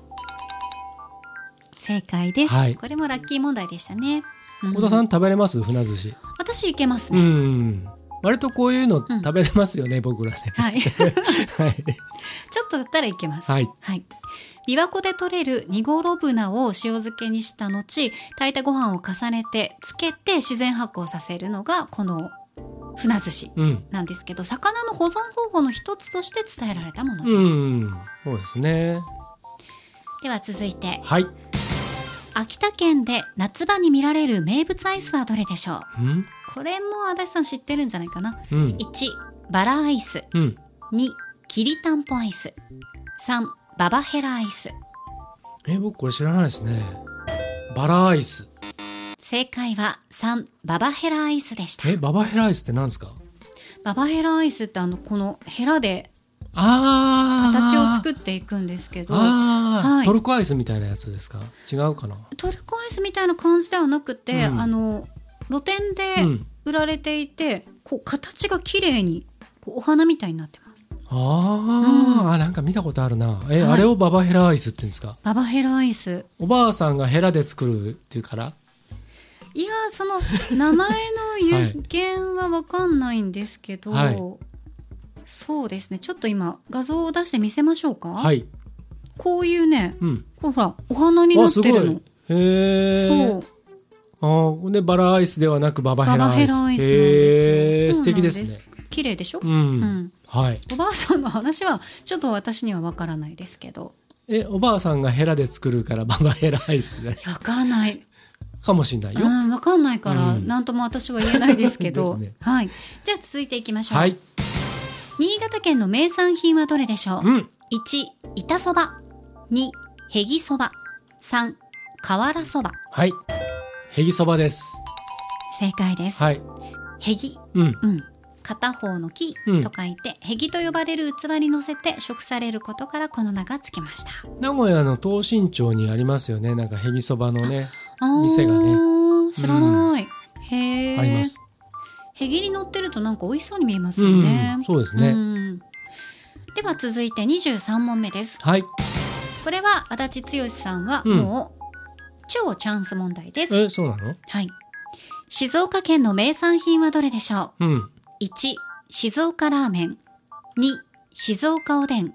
A: 正解です、
B: はい
A: これもラッキー問題でしたね。う
B: 小田さん食べれます船寿司
A: 私いけます
B: う
A: ね。
B: ん割とこういうの食べれますよね、僕らね
A: はい。 ち
B: はい
A: ょっとだったらいけます。
B: はい
A: はい。琵琶湖で採れるニゴロブナを塩漬けにした後、炊いたご飯を重ねて、つけて自然発酵させるのが、この船寿司
B: うん
A: なんですけど、魚の保存方法の一つとして伝えられたものです。
B: うんそうですね
A: では続いて、
B: はい
A: 秋田県で夏場に見られる名物アイスはどれでしょう
B: うん
A: これも足立さん知ってるんじゃないかな。
B: うん
A: 1、バラアイス。
B: うん
A: 2、きりたんぽアイス。3、ババヘラアイス。
B: え僕これ知らないですねバラアイス
A: 正解は3、ババヘラアイスでした。
B: えババヘラアイスってなんですか
A: ババヘラアイスってあのこのヘラで
B: ああ
A: 形を作っていくんですけど
B: ああ、
A: はい
B: トルコアイスみたいなやつですか違うかな
A: トルコアイスみたいな感じではなくて、
B: うん
A: あの露店
B: う
A: で
B: ん
A: 売られていて、こう形が綺麗にこうお花みたいになってます
B: あー、
A: うん
B: あなんか見たことあるなえ、
A: はい
B: あれをババヘラアイスって言うんですか
A: ババヘラアイス
B: おばあさんがヘラで作るっていうから
A: いやーその名前の
B: はい
A: 由源は分かんないんですけど、
B: はい
A: そうですねちょっと今画像を出して見せましょうか、
B: はい
A: こういうね
B: うん
A: ほらお花にな
B: あ
A: っ
B: す
A: て
B: ご
A: る
B: い
A: の
B: へえ
A: そう
B: あーでバラアイスではなくババヘラアイス
A: ババヘラアイスなんですよ
B: へ
A: そう
B: え素
A: なん
B: 敵
A: で
B: ですすね
A: 綺麗でしょ、
B: うん、
A: うん
B: はい
A: おばあさんの話はちょっと私には分からないですけど
B: えおばあさんがヘラで作るからババヘラアイスね
A: 分かんない
B: かもしんないよ、
A: うん、わかんないから、
B: うん
A: なんとも私は言えないですけど
B: ですね
A: はい、じゃあ続いていきましょう、
B: はい
A: 新潟県の名産品はどれでしょう、
B: うん
A: 1板そば2へぎそば3瓦そば
B: はいへぎそばです
A: 正解です、
B: はい
A: へぎ
B: うん
A: うん片方の木
B: うん
A: と書いて、へぎと呼ばれる器に乗せて食されることからこの名がつきました
B: 名古屋の東新町にありますよねなんかへぎそばのね
A: あー
B: 店が
A: 知らない、へ
B: ありま
A: え
B: す
A: へぎに乗ってるとなんか美味しそうに見えます
B: う
A: よ
B: ん、
A: ね、
B: そうですね、
A: うんでは続いて23問目です
B: はい
A: これは足立剛さんは
B: うん
A: もう超チャンス問題です、
B: えそうなの
A: はい静岡県の名産品はどれでしょ
B: うん
A: う1静岡ラーメン2静岡おでん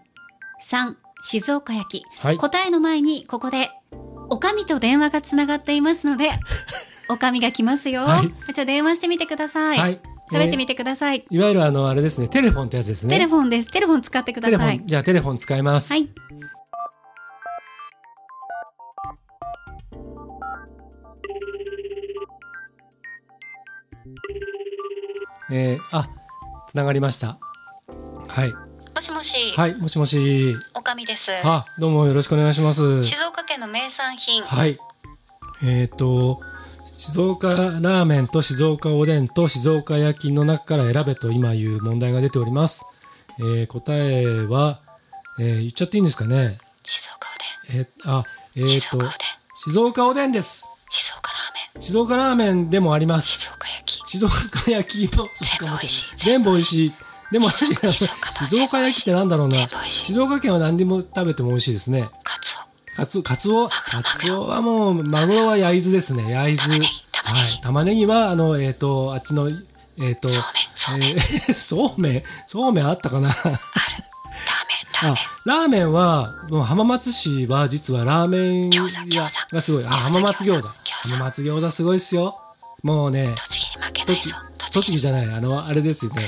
A: 3静岡焼き、
B: はい
A: 答えの前にここでおかみと電話がつながっていますの でおかみが来ますよ、
B: はい
A: じゃあ電話してみてください、喋ってみてください、
B: えいわゆるあのあれですねテレフォンってやつですね
A: テレフォンですテレフォン使ってくだ
B: テレフ
A: さ
B: ォ
A: い
B: ンじゃあテレフォン使います
A: はい
B: えー、あつながりましたはい
A: もしもし、
B: はいもしもし
A: おかみです。
B: あどうもよろしくお願いします
A: 静岡県の名産品。
B: はい。えっ、と、静岡ラーメンと静岡おでんと静岡焼きの中から選べと今いう問題が出ております。えー答えは、えー言っちゃっていいんですかね
A: 静岡お
B: えーあ、え
A: で
B: っ、
A: ん。静
B: と
A: 岡おでん。
B: 静岡おでんです。
A: 静岡ラーメン。
B: 静岡ラーメンでもあります。
A: 静岡焼き。
B: 静岡焼きも、そうかもしれない全
A: 全
B: 部
A: 部美
B: 美味
A: 味
B: しい。でも、静岡静岡焼きってなんだろう
A: 全
B: な
A: 部。美味しい。
B: 静岡県は何でも食べても美味しいですね。
A: カツオ。
B: カツオ、カツオ、カツオはもう、マグロは焼津ですね。焼津。
A: 玉ねぎ玉ねぎ
B: はい。玉ねぎは、あの、えっ、と、あっちの、えっ、と、
A: そうめん。そうめん。
B: えーそうめん、 そうめんあったかな
A: ラーメン。ラー
B: あ
A: メン。、
B: ラーメンは、もう浜松市は実はラーメン
A: 餃子餃子
B: がすごい。あ、
A: 餃子
B: 浜松餃
A: 餃
B: 子
A: 子。
B: 浜松餃子すごいっすよ。もうね、
A: 栃木に負けない
B: 栃
A: ぞ。
B: 栃木じゃない、あの、あれですよね。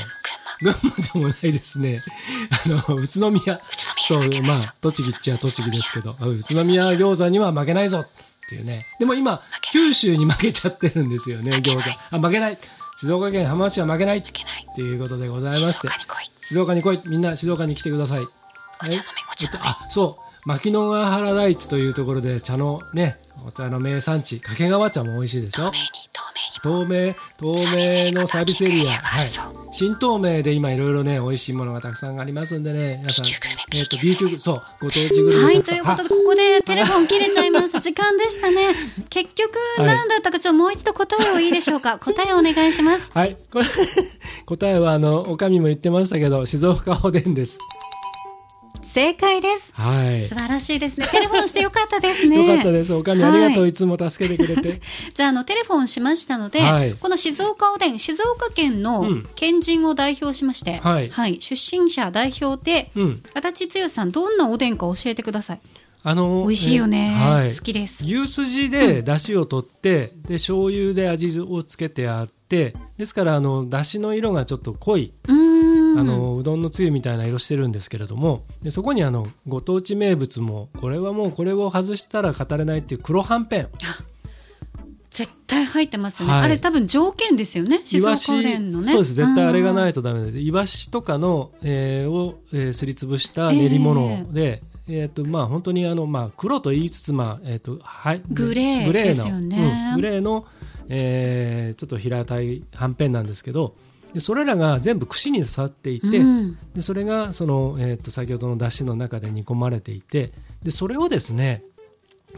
B: 群馬でもないですね。あの、宇都宮。
A: 群
B: そ
A: 馬。宇都宮に負けない
B: う、ま
A: ぞ
B: あ、栃木っちゃ栃木ですけど、うん宇都宮餃子には負けないぞっていうね。でも今、九州に負けちゃってるんですよね、餃子。あ、負けない。静岡県浜松市は負けないっ
A: 負けない。
B: ていうことでございまし
A: 静
B: て
A: 岡、に来い。
B: 静岡に来い。みんな静岡に来てください。は
A: お
B: い
A: 茶飲め、お茶飲め。
B: あ、そう。牧野ヶ原大地というところで茶のね、お茶の名産地、掛川茶も美味しいです
A: 透
B: よ
A: 明。に、透明に。
B: 透明、透明のサービスエリア。はい
A: そう。
B: 新透明で今いろいろね、美味しいものがたくさんありますんでね、皆さん
A: B 級グルメ、
B: えっと、B 級、そう、ご当地グルメ
A: は
B: た
A: い、
B: く
A: と
B: さん
A: いうことで、ここでテレフォン切れちゃいま した。時間でしたね。結局、
B: はい
A: 何だったか、ちょっともう一度答えをいいでしょう か。答えをお願いします。
B: あはい、これ答えはあの、おかみも言ってましたけど、静岡おでんです。
A: 正解です。
B: はい。
A: 素晴らしいですね。テレフォンしてよかったですね。
B: よかったです。おかみありがとう、
A: はい
B: い、つも助けてくれて。
A: じゃあ、あの、テレフォンしましたので、
B: はい
A: この静岡おでん、静岡県の
B: うん
A: 県人を代表しまして、
B: はい
A: 出身者代表で、
B: うん。
A: 足立剛さん、どんなおでんか教えてください。
B: あの、
A: 美味しいよね。
B: えはい
A: 好。きです。
B: 牛すじで出汁を取って、で醤油で味をつけてあってですからあの出汁の色がちょっと濃い、
A: うーん。
B: あのうどんのつゆみたいな色してるんですけれどもでそこにあのご当地名物もこれはもうこれを外したら語れないっていう黒はんぺん
A: 絶対入ってますよね。
B: はい
A: あれ多分条件ですよね。
B: イ
A: 静
B: ワ
A: 岡
B: シ
A: おでんのね。。
B: そうです絶対あれがないいとダメですイワシとかの、えーを、えーすりつぶした練り物で、えーとまあ、本当にあの、まあ、黒と言いつつ、まあえーとはい、
A: グレー
B: グレーの
A: ですよね
B: うんグレーの、えーちょっと平たいはんぺんなんですけどでそれらが全部串に刺さっていて、
A: うん
B: でそれがその、えー、と先ほどの出汁の中で煮込まれていてでそれをですね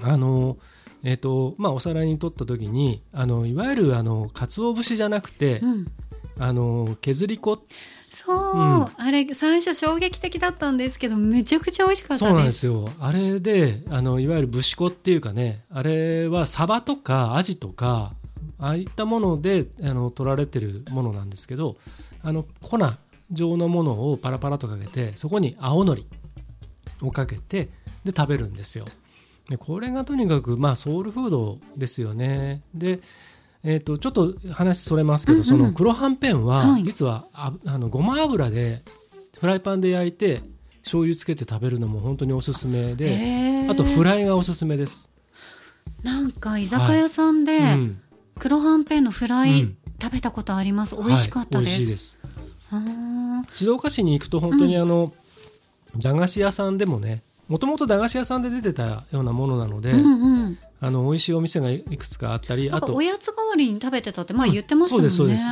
B: あの、えーとまあ、お皿に取った時にあのいわゆるあの鰹節じゃなくて、
A: うん
B: あの削り粉
A: そう、
B: うん
A: あれ最初衝撃的だったんですけどめちゃくちゃ美味しかっ
B: そう
A: た
B: なん
A: で
B: ですすよあれであのいわゆる節粉っていうかねあれはサバとかアジとかああいったものであの取られてるものなんですけどあの粉状のものをパラパラとかけてそこに青のりをかけてで食べるんですよでこれがとにかくまあソウルフードですよねでえー、とちょっと話それますけど、
A: うんうん
B: その黒はんぺんは
A: はい
B: 実はああのごま油でフライパンで焼いて醤油つけて食べるのも本当におすすめで、
A: へー
B: あとフライがおすすめです、
A: なんか居酒屋さんで
B: うん
A: 黒はんぺんのフライ、
B: うん
A: 食べたことあります美味しかった
B: はい
A: で
B: 美
A: す,、
B: 味しいです
A: あー
B: 静岡市に行くと本当にあの、駄菓子屋さんでもねもともと駄菓子屋さんで出てたようなものなので、
A: うんうん
B: あの美味しいお店がいくつかあったり
A: な
B: あ
A: んか
B: と
A: おやつ代わりに食べてたって前言ってましたもんね、
B: そうです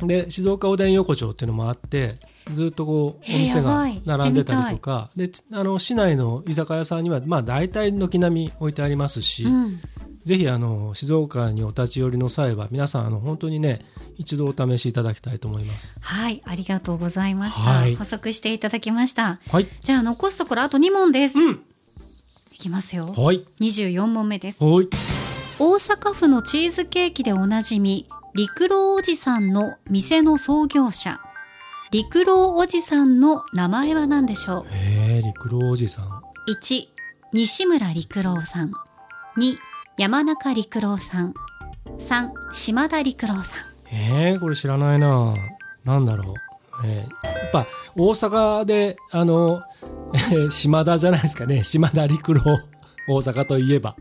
B: そうで静岡おでん横丁っていうのもあってずっとこうお
A: えー
B: 店
A: やば
B: が
A: い
B: 並んでたりとか、であの市内の居酒屋さんにはまあ大体軒並み置いてありますし、
A: うん、
B: ぜひあの静岡にお立ち寄りの際は皆さんあの本当にね一度お試しいただきたいと思います。
A: はいありがとうございました、
B: はい
A: 補足していただきました
B: はい、
A: じゃあ残すところあと2問です、
B: うん
A: いきますよ
B: はい、
A: 24問目です
B: はい、
A: 大阪府のチーズケーキでおなじみ陸郎おじさんの店の創業者陸郎おじさんの名前は何でしょ
B: えー、陸郎おじさん。
A: う1西村陸郎さん2山中陸郎さん3島田陸郎さん
B: えー、これ知らないな。なんだろう。えー、やっぱ大阪であの、えー島田じゃないですかね。 島田陸郎大阪といえば。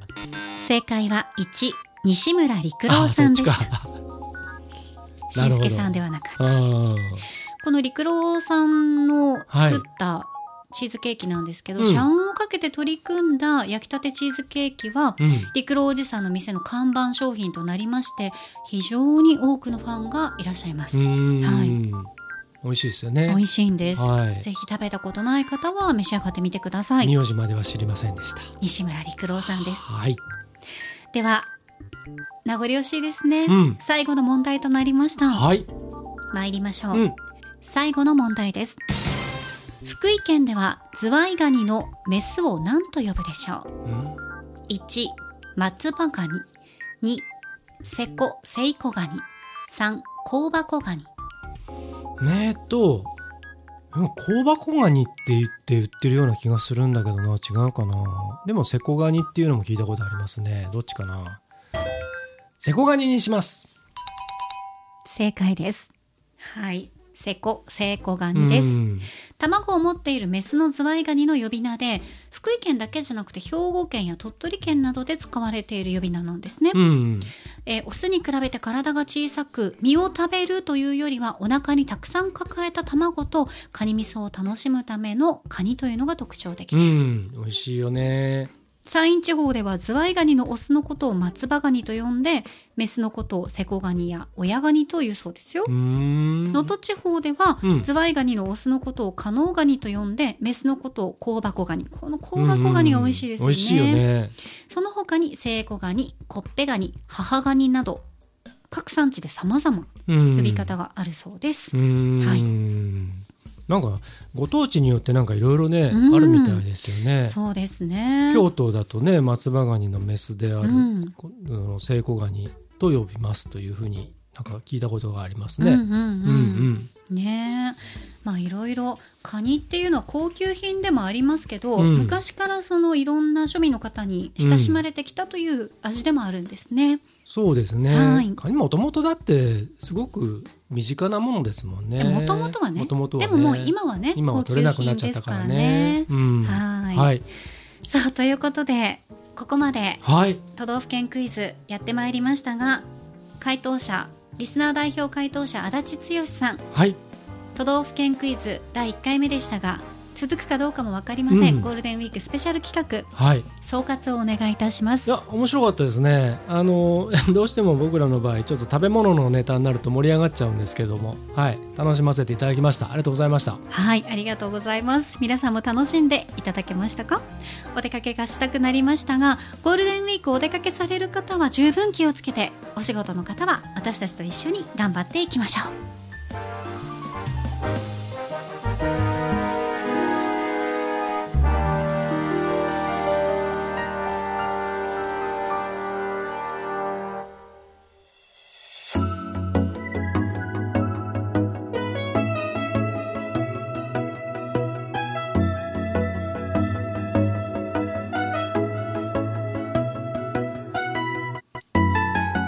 A: 正解は1西村陸郎さんでし
B: あそったちか
A: し
B: なんる
A: す
B: ほ
A: け
B: ど
A: さんではなかった
B: あ
A: この陸郎さんの作ったチーズケーキなんですけど、
B: うん
A: 社運をかけて取り組んだ焼きたてチーズケーキは、
B: ーうん。
A: 陸郎おじさんの店の看板商品となりまして非常に多くのファンがいらっしゃいます、
B: うー
A: はい
B: ん、美味しいですよね。
A: 美味しいんです、
B: はい
A: ぜひ食べたことない方は召し上がってみてください
B: 名字までは知りませんでした。
A: 西村陸郎さんです
B: はい。
A: では名残惜しいですね、
B: うん
A: 最後の問題となりました
B: はい。
A: 参りましょう、
B: うん。
A: 最後の問題です福井県ではズワイガニのメスを何と呼ぶでしょう
B: うん
A: 1松葉ガニ2セコセイコガニ3香箱ガニ
B: えーっと、でも香箱ガニって言って売ってるような気がするんだけどな、違うかな。でも、セコガニっていうのも聞いたことありますね。どっちかな。セコガニにします。
A: 正解ですはいセコセイコガニです、
B: うん
A: 卵を持っているメスのズワイガニの呼び名で福井県だけじゃなくて兵庫県や鳥取県などで使われている呼び名なんですね、
B: うん。
A: えーオスに比べて体が小さく身を食べるというよりはお腹にたくさん抱えた卵とカニ味噌を楽しむためのカニというのが特徴的
B: う
A: です、
B: ん。美味しいよね。
A: 山陰地方ではズワイガニのオスのことを松葉ガニと呼んでメスのことをセコガニや親ガニというそうですよ
B: うーん。
A: 能登地方では、
B: うん
A: ズワイガニのオスのことをカノウガニと呼んでメスのことを香箱ガニこの香箱ガニが美味しいですよ
B: 美味しいよね。
A: その他にセイコガニ、コッペガニ、母ガニなど各産地で様々
B: うん。
A: 呼び方があるそうです。
B: うーん。
A: はい
B: なんかご当地によってなんかいろいろね、
A: うん
B: あるみたいですよね。
A: そうですね。
B: 京都だとね松葉ガニのメスである、
A: うん
B: こあのセイコガニと呼びますというふうになんか聞いたことがあります
A: うんうん
B: ね。うん
A: うんねえまあいろいろカニっていうのは高級品でもありますけど、
B: うん
A: 昔からそのいろんな庶民の方に親しまれてきたという味でもあるんですね。
B: そうですね。
A: はい
B: カニもともとだってすごく身近なものですもんね。
A: もともとはね
B: 元々
A: でももう今はね
B: 今は
A: 高
B: 取れ
A: 級
B: なくな
A: 品
B: っちゃっ
A: で
B: た
A: す
B: か
A: からら
B: ね
A: ね。。
B: うん
A: はい
B: はい
A: さあということでここまで
B: はい
A: 都道府県クイズやってまいりましたが回答者リスナー代表回答者足立剛さん
B: はい
A: 都道府県クイズ第1回目でしたが続くかどうかも分かりません、
B: うん
A: ゴールデンウィークスペシャル企画
B: はい
A: 総括をお願いいたしま
B: い
A: す
B: や面白かったですねあの どうしても僕らの場合ちょっと食べ物のネタになると盛り上がっちゃうんですけどもはい楽しませていただきましたありがとうございました
A: はいありがとうございます皆さんも楽しんでいただけましたかお出かけがしたくなりましたがゴールデンウィークお出かけされる方は十分気をつけてお仕事の方は私たちと一緒に頑張っていきましょう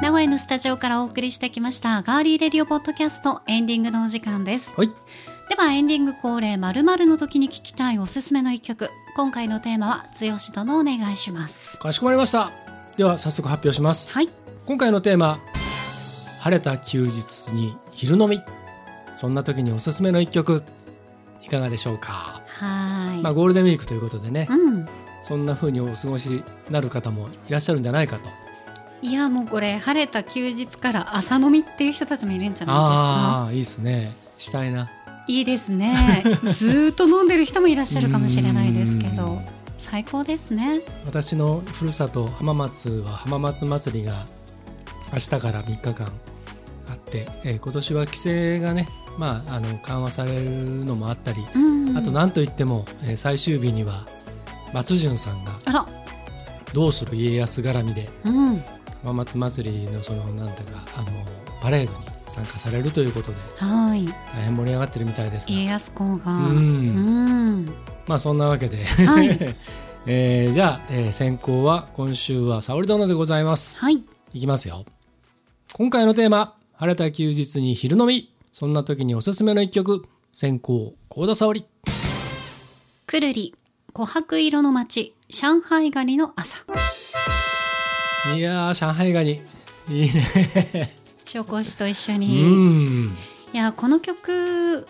A: 名古屋のスタジオからお送りしてきましたガーリーレディオポッドキャストエンディングのお時間です
B: はい
A: ではエンディング恒例まるまるの時に聞きたいおすすめの一曲今回のテーマは剛殿お願いします
B: かしこまりましたでは早速発表します
A: はい
B: 今回のテーマ「晴れた休日に昼飲み」そんな時におすすめの一曲いかがでしょうか、
A: はーい、
B: まあ、ゴールデンウィークということでね
A: うん
B: そんな風にお過ごしになる方もいらっしゃるんじゃないかと
A: いやもうこれ晴れた休日から朝飲みっていう人たちもいるんじゃない
B: ああーいいですねしたい
A: で
B: な
A: すかいいです ねずーっと飲んでる人もいらっしゃるかもしれないですけ
B: う
A: ど
B: ん
A: 最高ですね
B: 私のふるさと浜松は浜松祭りが明日から3日間あって、えー今年は規制がね、まあ、あの緩和されるのもあったり
A: うん
B: あと何といっても、えー最終日には松潤さんが
A: あら
B: 「どうする家康」絡みで
A: うん
B: 浜松祭りのそのなんていうかあのパレードに参加されるということで
A: はい
B: 大変盛り上がってるみたいですが
A: 家康公が
B: うん
A: うん
B: まあそんなわけで、
A: はい
B: えーじゃあ、えー先行は今週は沙織殿でございます
A: はい
B: いきますよ今回のテーマ「晴れた休日に昼飲み」そんな時におすすめの一曲先行幸田沙織
A: くるり琥珀色の街上海狩りの朝
B: いやー上海ガニいいね
A: 紹興酒と一緒
B: う
A: に、い
B: ん
A: やこの曲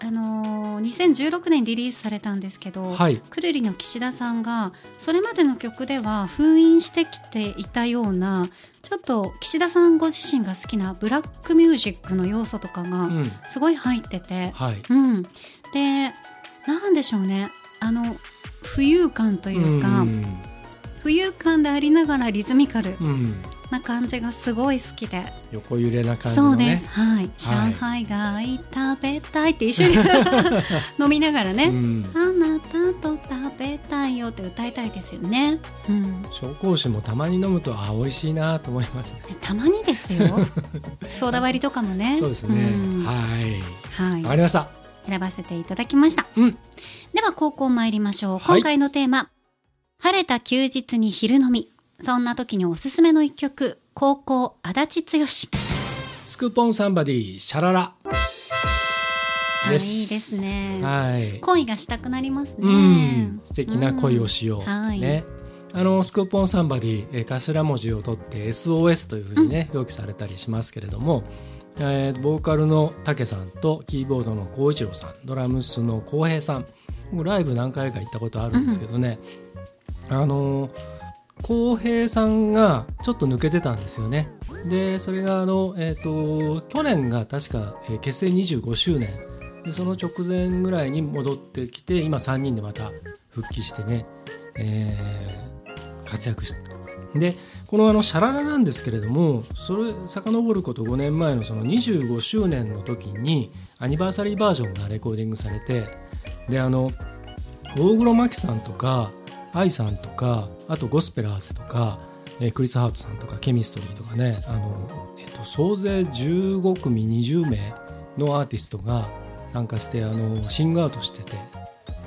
A: あのー2016年リリースされたんですけど、
B: はい
A: くるりの岸田さんがそれまでの曲では封印してきていたようなちょっと岸田さんご自身が好きなブラックミュージックの要素とか
B: う
A: が
B: ん
A: すごい入ってて、
B: はい
A: うん、でなんでしょうねあの浮遊感というか、
B: ん
A: 浮遊感でありながらリズミカル
B: うん
A: な感じがすごい好きで、
B: 横揺れな感じ
A: そ
B: の
A: うで
B: ね
A: すはい上海が食べたいって一緒 に 飲みながらね、
B: うん
A: あなたと食べたいよって歌いたいですよね、うん、
B: 紹興酒もたまに飲むとあ美味しいなと思いますね
A: たまにです よソーダ割りとかもね
B: そうですね、
A: んは
B: はい
A: い
B: わかりました
A: 選ばせていただきました、
B: うん
A: では高校参りましょう
B: はい
A: 今回のテーマ、晴れた休日に昼飲みそんな時におすすめの一曲高校足立剛
B: スクポンサンバディシャララ
A: あいいですね
B: はい。
A: 恋がしたくなります
B: う
A: ね
B: ん。素敵な恋をしよう。
A: うんはい
B: ね。あのスクーポンサンバディ、えー頭文字を取って SOS というふうにね、表記されたりしますけれども、えーボーカルのタケさんとキーボードの浩一郎さんドラムスの浩平さんもうライブ何回か行ったことあるんですけどね、あの浩平さんがちょっと抜けてたんですよねでそれがあの、えー、と去年が確か、えー結成25周年でその直前ぐらいに戻ってきて今3人でまた復帰してね、えー活躍してでこのあの「シャララ」なんですけれどもそれ遡ること5年前のその25周年の時にアニバーサリーバージョンがレコーディングされてであの大黒摩季さんとか愛さんとかあとゴスペラーズとか、えークリス・ハートさんとかケミストリーとかねあの、えっと、総勢15組20名のアーティストが参加してあのシングアウトしてて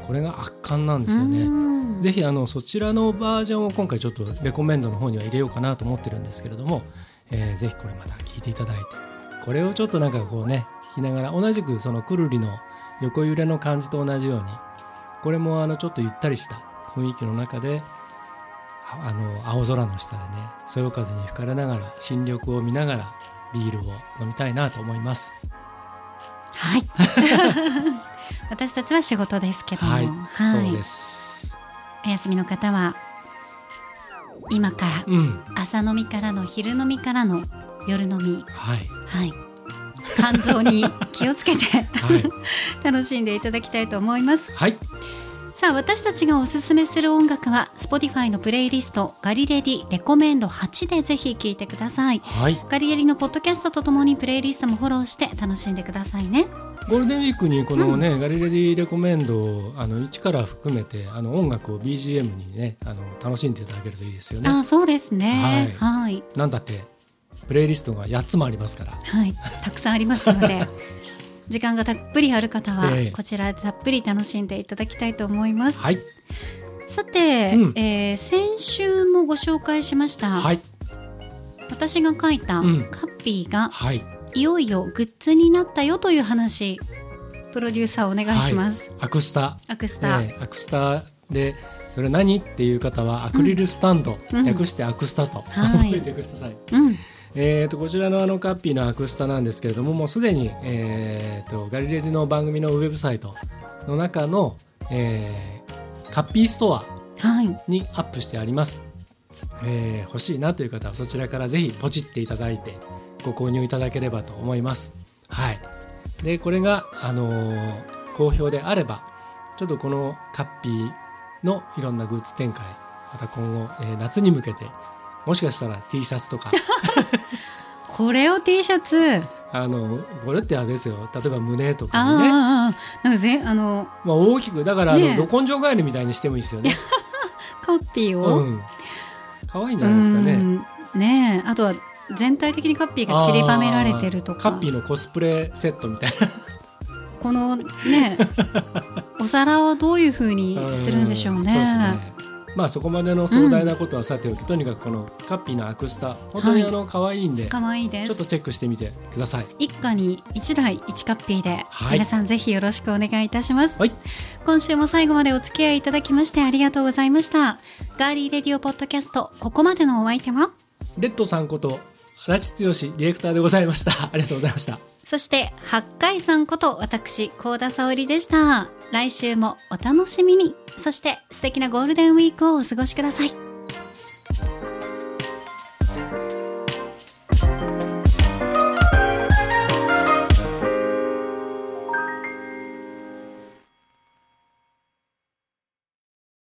B: これが圧巻なんですよね。
A: うん
B: ぜひあのそちらのバージョンを今回ちょっとレコメンドの方には入れようかなと思ってるんですけれども、えーぜひこれまた聞いていただいてこれをちょっとなんかこうね聞きながら同じくそのくるりの横揺れの感じと同じようにこれもあのちょっとゆったりした雰囲気の中でああの青空の下でねそよ風に吹かれながら新緑を見ながらビールを飲みたいなと思います。
A: はい 私たちは仕事ですけども、
B: はい、
A: はい
B: そうです。
A: お休みの方は今から
B: うん、
A: 朝飲みからの昼飲みからの夜飲み
B: はい、
A: はい肝臓に気をつけて
B: はい、
A: 楽しんでいただきたいと思います
B: はい、
A: さあ私たちがおすすめする音楽は Spotify のプレイリスト「ガリレディレコメンド8」でぜひ聴いてください
B: はい。
A: ガリレディのポッドキャストとともにプレイリストもフォローして楽しんでくださいね
B: ゴールデンウィークにこのね、ガリレディレコメンドをあの一から含めてあの音楽を BGM にねあの楽しんでいただけるといいですよね。
A: あそうですねはい
B: なんだってプレイリストが8つもありますから。
A: はい、たくさんありますの で時間がたっぷりある方は
B: ええ
A: こちらでたっぷり楽しんでいただきたいと思います、
B: はい、
A: さて、
B: うん
A: えー先週もご紹介しました、
B: はい、
A: 私が書いた
B: うん
A: カッピーが
B: はい。
A: いよいよグッズになったよという話プロデューサーお願いします、
B: アクスタ、
A: アクス
B: え
A: タ、
B: ーアクスタでそれ何っていう方はアクリルスタンド、
A: うん
B: 略してアクスタと、
A: はい
B: 覚えてください。
A: うん
B: えー、とこちらのあのカッピーのアクスタなんですけれどももうすでに、えー、とガリレディの番組のウェブサイトの中の、えーカッピーストア
A: はい
B: にアップしてあります、えー欲しいなという方はそちらからぜひポチっていただいてご購入いただければと思いますはいでこれが、あのー好評であればちょっとこのカッピーのいろんなグッズ展開また今後、えー夏に向けてもしかしたら T シャツとか
A: これを T シャツ、
B: あのこれってあれですよ例えば胸とかにね
A: ああああなんかぜあの
B: まあ、大きくだからあの、
A: ねえ
B: ど根性ガエルみたいにしてもいいですよね。
A: カッピーを、
B: うん、可愛いんじゃないですかね。
A: うんねえあとは全体的にカッピーが散りばめられてるとか
B: あーカッピーのコスプレセットみたいな。
A: この ねお皿をどういうふうにするんでしょうね。
B: んそうですね。まあそこまでの壮大なことはさておき、とにかくこのカッピーのアクスタ本当にあの、可愛いんで
A: かわいいで
B: ちょっ
A: す
B: とチェックしてみてください。
A: 一家に一台一カッピーで、
B: はい
A: 皆さんぜひよろしくお願いいたします、
B: はい
A: 今週も最後までお付き合いいただきましてありがとうございましたガーリーレディオポッドキャストここまでのお相手は
B: レッドさんこと足立剛ディレクターでございました。ありがとうございました。
A: そして八海さんこと私高田沙織でした来週もお楽しみにそして素敵なゴールデンウィークをお過ごしください